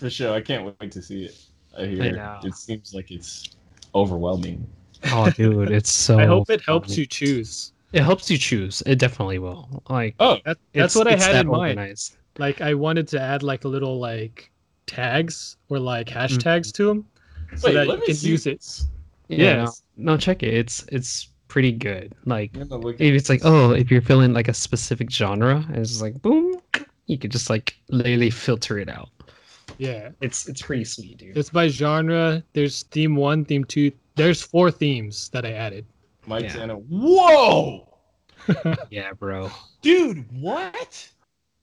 A: For sure. I can't wait to see it. I hear
B: I
A: it.
B: know.
A: it seems like it's overwhelming.
B: oh dude, it's so
C: I hope it helps
B: funny.
C: you choose.
B: It helps you choose. It definitely will. Like
A: Oh,
C: That,
B: it's-
C: that's what I
B: it's
C: had
B: that
C: in mind.
B: organized.
C: Like I wanted to add like a little like tags or like
B: Mm-hmm.
C: hashtags to 'em to them, so
A: wait,
C: that
A: let
C: you
A: me
C: can
A: see
C: use it.
A: this.
B: Yeah.
C: Yes.
B: No, no, check it. It's it's pretty good. Like
A: I'm gonna look at
B: if it's like
A: this.
B: oh if you're feeling like a specific genre it's just like boom you could just like literally filter it out
C: Yeah.
B: it's it's pretty sweet dude
C: It's by genre. There's theme one, theme two. There's four themes that I added.
A: Mike's
B: yeah.
A: anime. Whoa,
B: yeah bro
A: dude, what?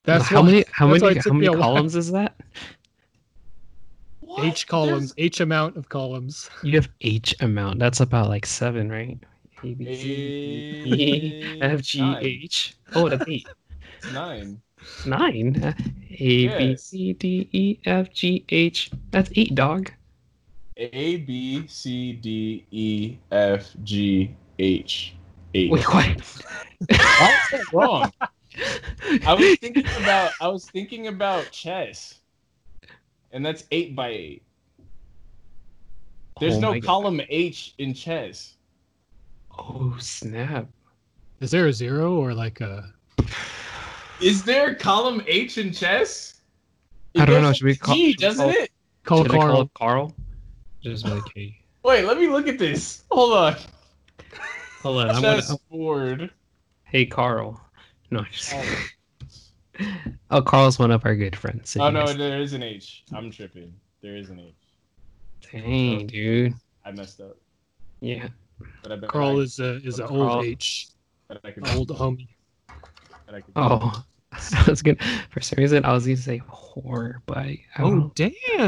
C: That's
B: how
C: why-
B: many how
C: that's why
B: many how
C: it took me
B: many
C: a while.
B: columns is that
A: what?
C: H columns, H amount of columns.
B: you have h amount that's about like seven right A, B,
A: There's
B: C, D, E, F, G,
A: nine.
B: H. oh that's eight
A: It's nine.
B: nine Uh, A, B,
A: Yes.
B: C, D, E, F, G, H. that's eight dog
A: A B C D E F G H H.
B: wait what
A: Why is that wrong? I was thinking about I was thinking about chess, and that's eight by eight. There's
B: Oh my
A: no
B: God.
A: column H in chess.
B: oh snap
C: Is there a zero or like a?
A: Is there a column H in chess?
B: I don't
A: goes
B: know,
A: to
B: should we call-
A: G,
B: should we
A: doesn't
B: call-
A: it?
C: Call
B: Should I
C: Carl.
B: call it Carl? Just be like, hey.
A: Wait, let me look at this. Hold on.
B: Hold on, I'm gonna.
A: Chessboard.
B: Hey, Carl. No, I'm just kidding. Oh, Carl's one of our good friends.
A: Oh no,
B: Yes.
A: there is an H. I'm tripping. There is an H.
B: Dang,
C: Oh.
B: dude.
A: I messed up.
B: Yeah.
A: But I bet
C: Carl
A: I,
C: is a is an
B: Carl.
C: old H,
A: bet I could,
C: a old homie.
A: bet I could-
B: Oh, I was gonna. For some reason, I was gonna say whore, but I,
A: Oh,
B: I
C: Oh,
B: don't know.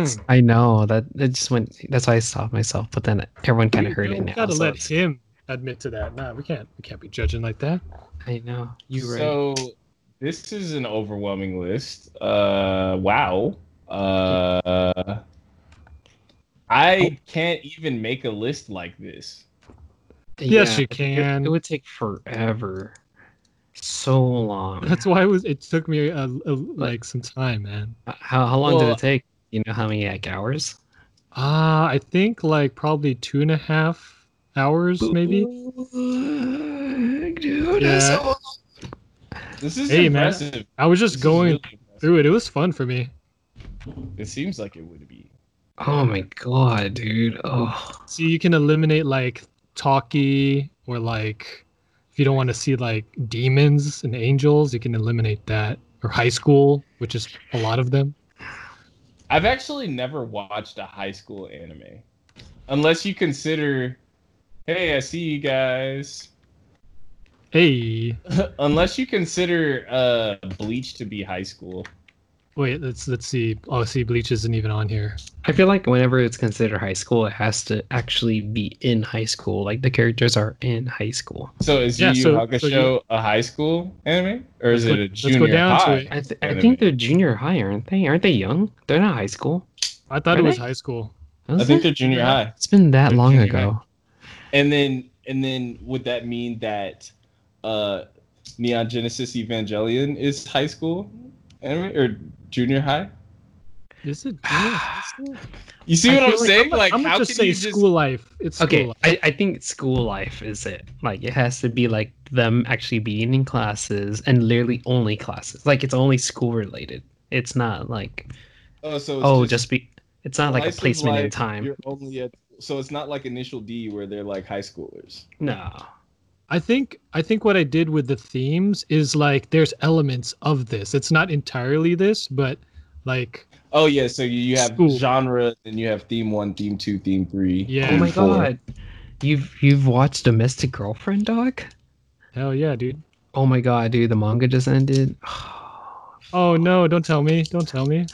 C: damn!
B: I know that it just went. That's why I stopped myself. But then everyone kind of heard it
C: We
B: now.
C: gotta
B: so
C: let
B: it's-
C: him admit to that. Nah, we can't. We can't be judging like that.
B: I know. You right.
A: So this is an overwhelming list. Uh, wow. Uh,
C: Oh.
A: I can't even make a list like this.
C: Yes, you
B: I think it-
C: can.
B: It, would take forever. So long.
C: That's why it was. It took me a, a- like some time, man.
B: how how long did
A: Well-
B: it take? You know how many like hours?
C: Ah, I think like probably two and a half hours, maybe.
B: Dude,
C: that's Yeah.
A: This is
C: Hey, man.
A: impressive.
C: I was
A: This
C: just
A: is
C: going
A: really impressive.
C: through it. It was fun for me.
A: It seems like it would be.
B: Oh my god, dude. Oh,
C: So you can eliminate like talkie or like if you don't want to see like demons and angels, you can eliminate that or high school, which is a lot of them.
A: I've actually never watched a high school anime, unless you consider. Hey, I see you guys.
C: Hey,
A: unless you consider uh, Bleach to be high school.
C: wait, let's let's see. Oh, see, Bleach isn't even on here.
B: I feel like whenever it's considered high school, it has to actually be in high school. Like the characters are in high school.
A: So is
C: Yeah,
A: Yu Yu
C: so-
A: Hakusho
C: so you-
A: a high school anime, or is
C: Let's
A: it a
C: go- let's go
A: junior
C: down to
A: high?
C: it.
B: I, th- I
A: Anime.
B: think they're junior high, aren't they? Aren't they young? They're not high school.
C: I thought
B: Are
C: it was
B: they?
C: high school.
A: I
B: Was
A: think
B: it?
A: they're junior high.
B: It's been that
A: they're
B: long
A: junior high.
B: ago.
A: And then and then would that mean that uh Neon Genesis Evangelion is high school anime or junior high?
C: Is it junior
A: Ah,
C: high school?
A: You see
C: I
A: what I'm
C: feel like-
A: saying? Like
C: I'm
A: how
C: gonna just
A: can
C: say
A: you
C: school
A: just
C: life. It's
B: Okay,
C: school life.
B: I, I think school life is it. Like it has to be like them actually being in classes and literally only classes. Like it's only school related. It's not like
A: Oh, so it's
B: oh, just be. It's not like a
A: slice of
B: placement in
A: life,
B: time.
A: You're only at so it's not like initial D where they're like high schoolers.
B: No.
C: I think I think what I did with the themes is like there's elements of this. It's not entirely this, but like
A: Oh yeah, so you, you have
C: School.
A: genre, then you have theme one, theme two, theme three.
C: Yeah.
B: Oh
A: theme
B: my
A: four.
B: god, you've you've watched Domestic Girlfriend, dog?
C: hell yeah, dude.
B: Oh my god, dude, the manga just ended.
C: Oh no, don't tell me. Don't tell me.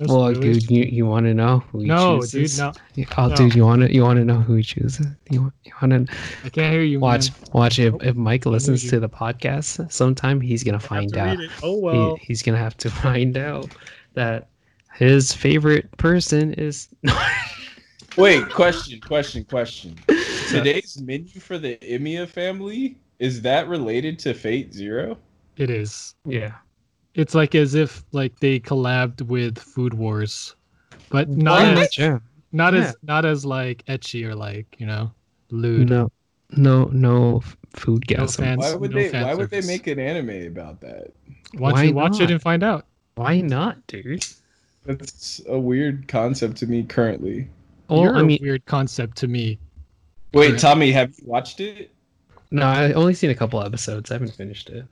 C: No
B: well,
C: spoilers.
B: dude, you, you want to know who he
C: No, dude,
B: chooses?
C: no.
B: dude, no. Oh,
C: no.
B: dude, you want to you want to know who he chooses? You want you want to
C: I can't hear you.
B: watch
C: man.
B: watch if, if Mike
C: hear
B: listens
C: you.
B: to the podcast sometime, he's gonna
C: I have
B: find
C: to
B: out.
C: read it. Oh
B: He-
C: well.
B: he's gonna have to find out that his favorite person is.
A: Wait, question, question, question. Today's menu for the Emia family is that related to Fate Zero?
C: It is.
B: yeah.
C: It's like as if like they collabed with Food Wars, but not
B: Pretty
C: as,
B: much, yeah.
C: not
B: Yeah.
C: as not as like etchy or like you know lewd.
B: No, no, no f- food gas.
C: fan
A: Why
C: It's
A: would
C: no
A: they?
C: fan
A: Why would they
C: service.
A: make an anime about that?
B: Why
C: Why don't you watch
B: not?
C: it and find out?
B: Why not, dude?
A: That's a weird concept to me currently.
B: Well,
C: You're
B: I mean,
C: a weird concept to me.
A: Wait, Tommy, have you watched it?
B: no, I only seen a couple episodes. I haven't finished it.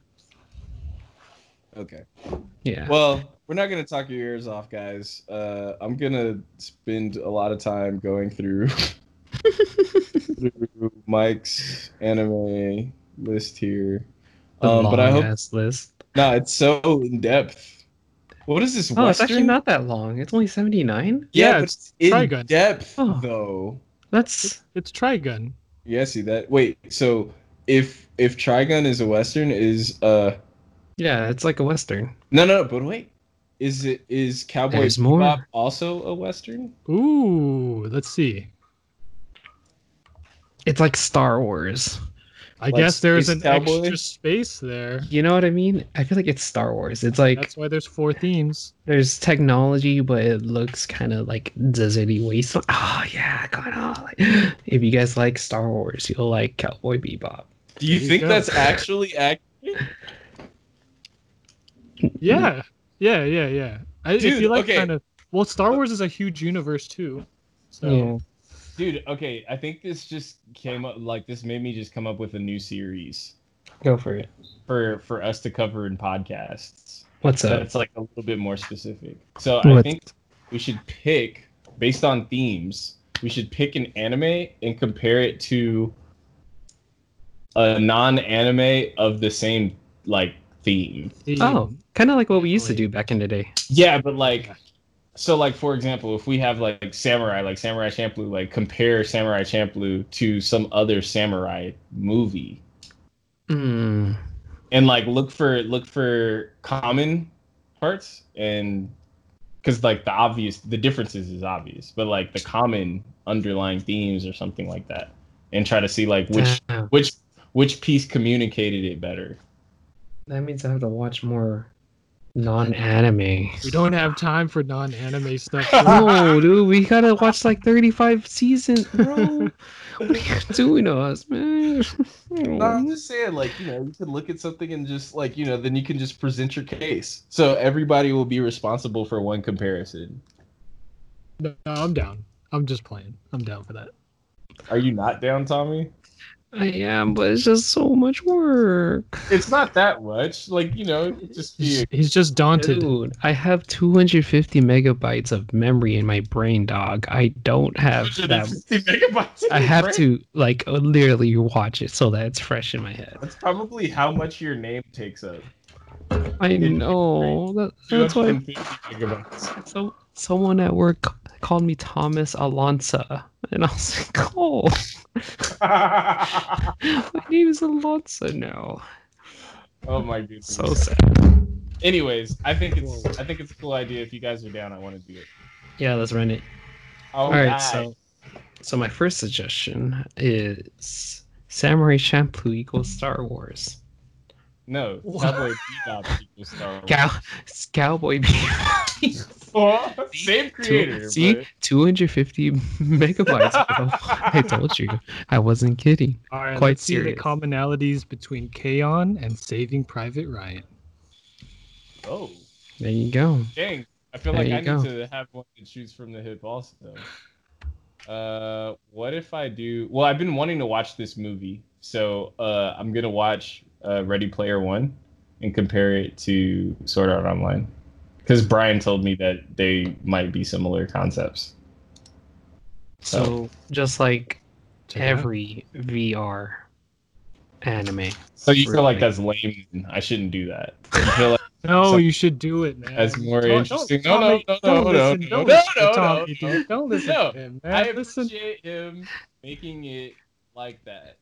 A: Okay.
B: Yeah.
A: Well, we're not gonna talk your ears off, guys. Uh, I'm gonna spend a lot of time going through, through Mike's anime list here. Um, but I hope
B: ass list.
A: no, it's so in depth. What is this
B: Oh, it's actually
A: Western?
B: not that long. It's only seventy nine.
A: yeah,
C: Yeah,
A: but
C: it's
A: it's in
C: Trigun.
A: depth
B: Oh.
A: though.
B: That's
C: It's Trigun.
A: Yeah, see that. Wait, so if if Trigun is a Western, is uh
B: yeah. It's like a western.
A: no no, but wait, is it is Cowboy
B: There's
A: Bebop
B: more.
A: also a Western?
C: Ooh, let's see.
B: It's like Star Wars.
C: I
A: Like
C: guess there's
A: Space
C: an
A: Cowboy?
C: extra space there.
B: You know what I mean? I feel like it's Star Wars. It's like
C: That's why there's four themes.
B: there's technology, but it looks kind of like deserty wasteland. Oh yeah, kind of. Like, if you guys like Star Wars, you'll like Cowboy Bebop.
A: Do you
C: There you
A: think
C: go.
A: that's actually accurate?
C: Yeah, yeah, yeah, yeah. I, if
A: Dude,
C: you like
A: okay.
C: kind of well, Star Wars is a huge universe too. So
A: Oh, Dude, okay, I think this just came up like this made me just come up with a new series
B: go for it.
A: for for us to cover in podcasts.
B: What's
A: So
B: up?
A: it's like a little bit more specific. So I
B: What?
A: think we should pick based on themes. We should pick an anime and compare it to a non-anime of the same like theme.
C: theme.
B: Oh, kind of like what we used to do back in the day.
A: Yeah, but like so like for example, if we have like samurai, like Samurai Champloo, like compare Samurai Champloo to some other samurai movie
B: Mm.
A: and like look for look for common parts and cuz like the obvious the differences is obvious, but like the common underlying themes or something like that and try to see like which
B: Damn.
A: which which piece communicated it better.
B: That means I have to watch more non-anime.
C: We don't have time for non-anime stuff.
B: no, dude, we gotta watch like 35 seasons, bro. what are you doing to us, man?
A: No, I'm just saying, like, you know, you can look at something and just, like, you know, then you can just present your case. So everybody will be responsible for one comparison.
C: no, I'm down. I'm just playing. I'm down for that.
A: Are you not down, Tommy?
B: I am, but it's just so much work,
A: It's not that much. Like, you know, it'd just
C: He's,
A: be.
C: he's just daunted.
B: dude. I have 250 megabytes of memory in my brain, dog. I don't have that.
A: 150 megabytes in
B: I
A: your
B: have
A: brain.
B: to like literally watch it so that it's fresh in my head.
A: That's probably how much your name takes up.
B: I
A: In your
B: know that, that's why
A: 250 megabytes.
B: So someone at work c- called me Thomas Alonso, and I was like, "Oh, my name is Alonso now."
A: oh my goodness.
B: So sad.
A: Anyways, I think it's I think it's a cool idea. If you guys are down, I want to do it. Oh,
B: Yeah, let's run it. All right, so so my first suggestion is Samurai Champloo equals Star Wars.
A: No,
B: What?
A: Cowboy Bebop equals Star Wars.
B: Cow, it's Cowboy Bebop.
A: Oh, same
B: Two,
A: creator.
B: see,
A: but-
B: 250 megabytes. bro. oh, I told you, I wasn't kidding.
C: All right,
B: Quite
C: let's see the
B: serious.
C: commonalities between Kaon and Saving Private Ryan.
A: Oh,
B: There you go.
A: dang. I feel
B: There
A: like
B: you
A: I
B: go.
A: need to have one to choose from the hip also. Uh, what if I do? Well, I've been wanting to watch this movie, so uh, I'm gonna watch uh, Ready Player One and compare it to Sword Art Online, because Brian told me that they might be similar concepts.
B: So just like
C: Oh. Check it out.
B: every VR anime,
A: So you feel like
B: Really?
A: that's lame? I shouldn't do that. I feel like
C: No,
A: So-
C: you should do it, man.
A: That's more
C: Don't-
A: interesting.
C: don't-
A: No, no,
C: Tommy,
A: no,
C: don't
A: no, no, no,
C: listen-
A: no,
C: don't listen to
A: no,
C: Tommy,
A: no,
C: dude. Don't listen
A: No,
C: to him,
A: I
C: man. Listen.
A: appreciate him making it like that.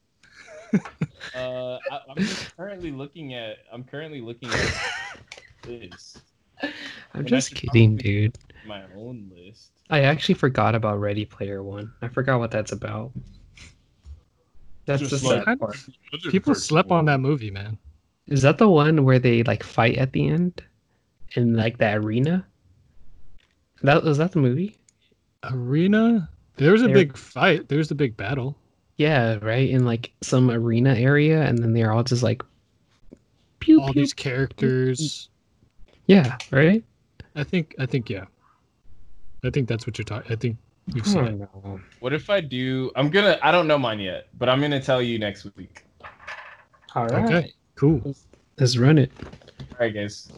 A: uh, I, I'm just currently looking at. I'm currently looking at this.
B: I'm
A: And I
B: just
A: should
B: kidding,
A: probably-
B: dude.
A: My own list.
B: I actually forgot about Ready Player One. I forgot what that's about. That's
A: Just
B: the
A: like-
B: sad
C: Kind of-
B: part.
C: People slept on that movie, man.
B: Is that the one where they like fight at the end in like the arena? That was that the movie?
C: Arena. There was a
B: There-
C: big fight. There was a big battle.
B: Yeah, right. In like some arena area, and then they're all just like, pew
C: All
B: pew. Mm-hmm.
C: these characters.
B: Yeah, right.
C: I think. I think. Yeah. I think that's what you're talking. I think you've
B: I
C: seen
B: don't
C: it.
B: know.
A: What if I do? I'm gonna. I don't know mine yet, but I'm gonna tell you next week.
B: All right,
C: Okay. Cool.
B: let's run it.
A: All right, guys.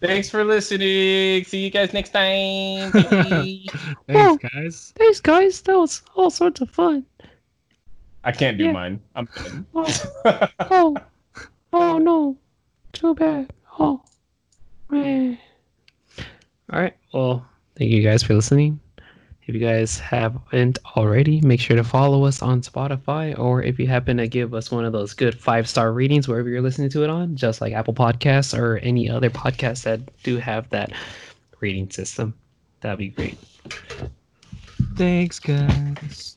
A: Thanks for listening. See you guys next time. Bye.
B: Well-
C: Thanks, guys.
B: Thanks, guys. That was all sorts of fun.
A: I can't do
B: Yeah.
A: mine. I'm good.
B: Oh, oh, oh no, too bad. Oh, man. All right. Well, thank you guys for listening. If you guys haven't already, make sure to follow us on Spotify, or if you happen to give us one of those good five star ratings wherever you're listening to it on, just like Apple Podcasts or any other podcasts that do have that rating system, that'd be great.
C: Thanks, guys.